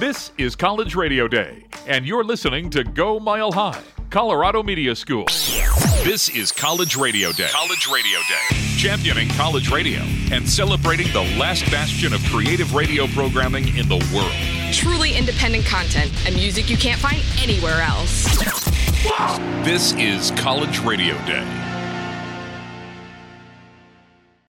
This is College Radio Day, and you're listening to Go Mile High, Colorado Media School. This is College Radio Day. College Radio Day. Championing college radio and celebrating the last bastion of creative radio programming in the world. Truly independent content and music you can't find anywhere else. This is College Radio Day.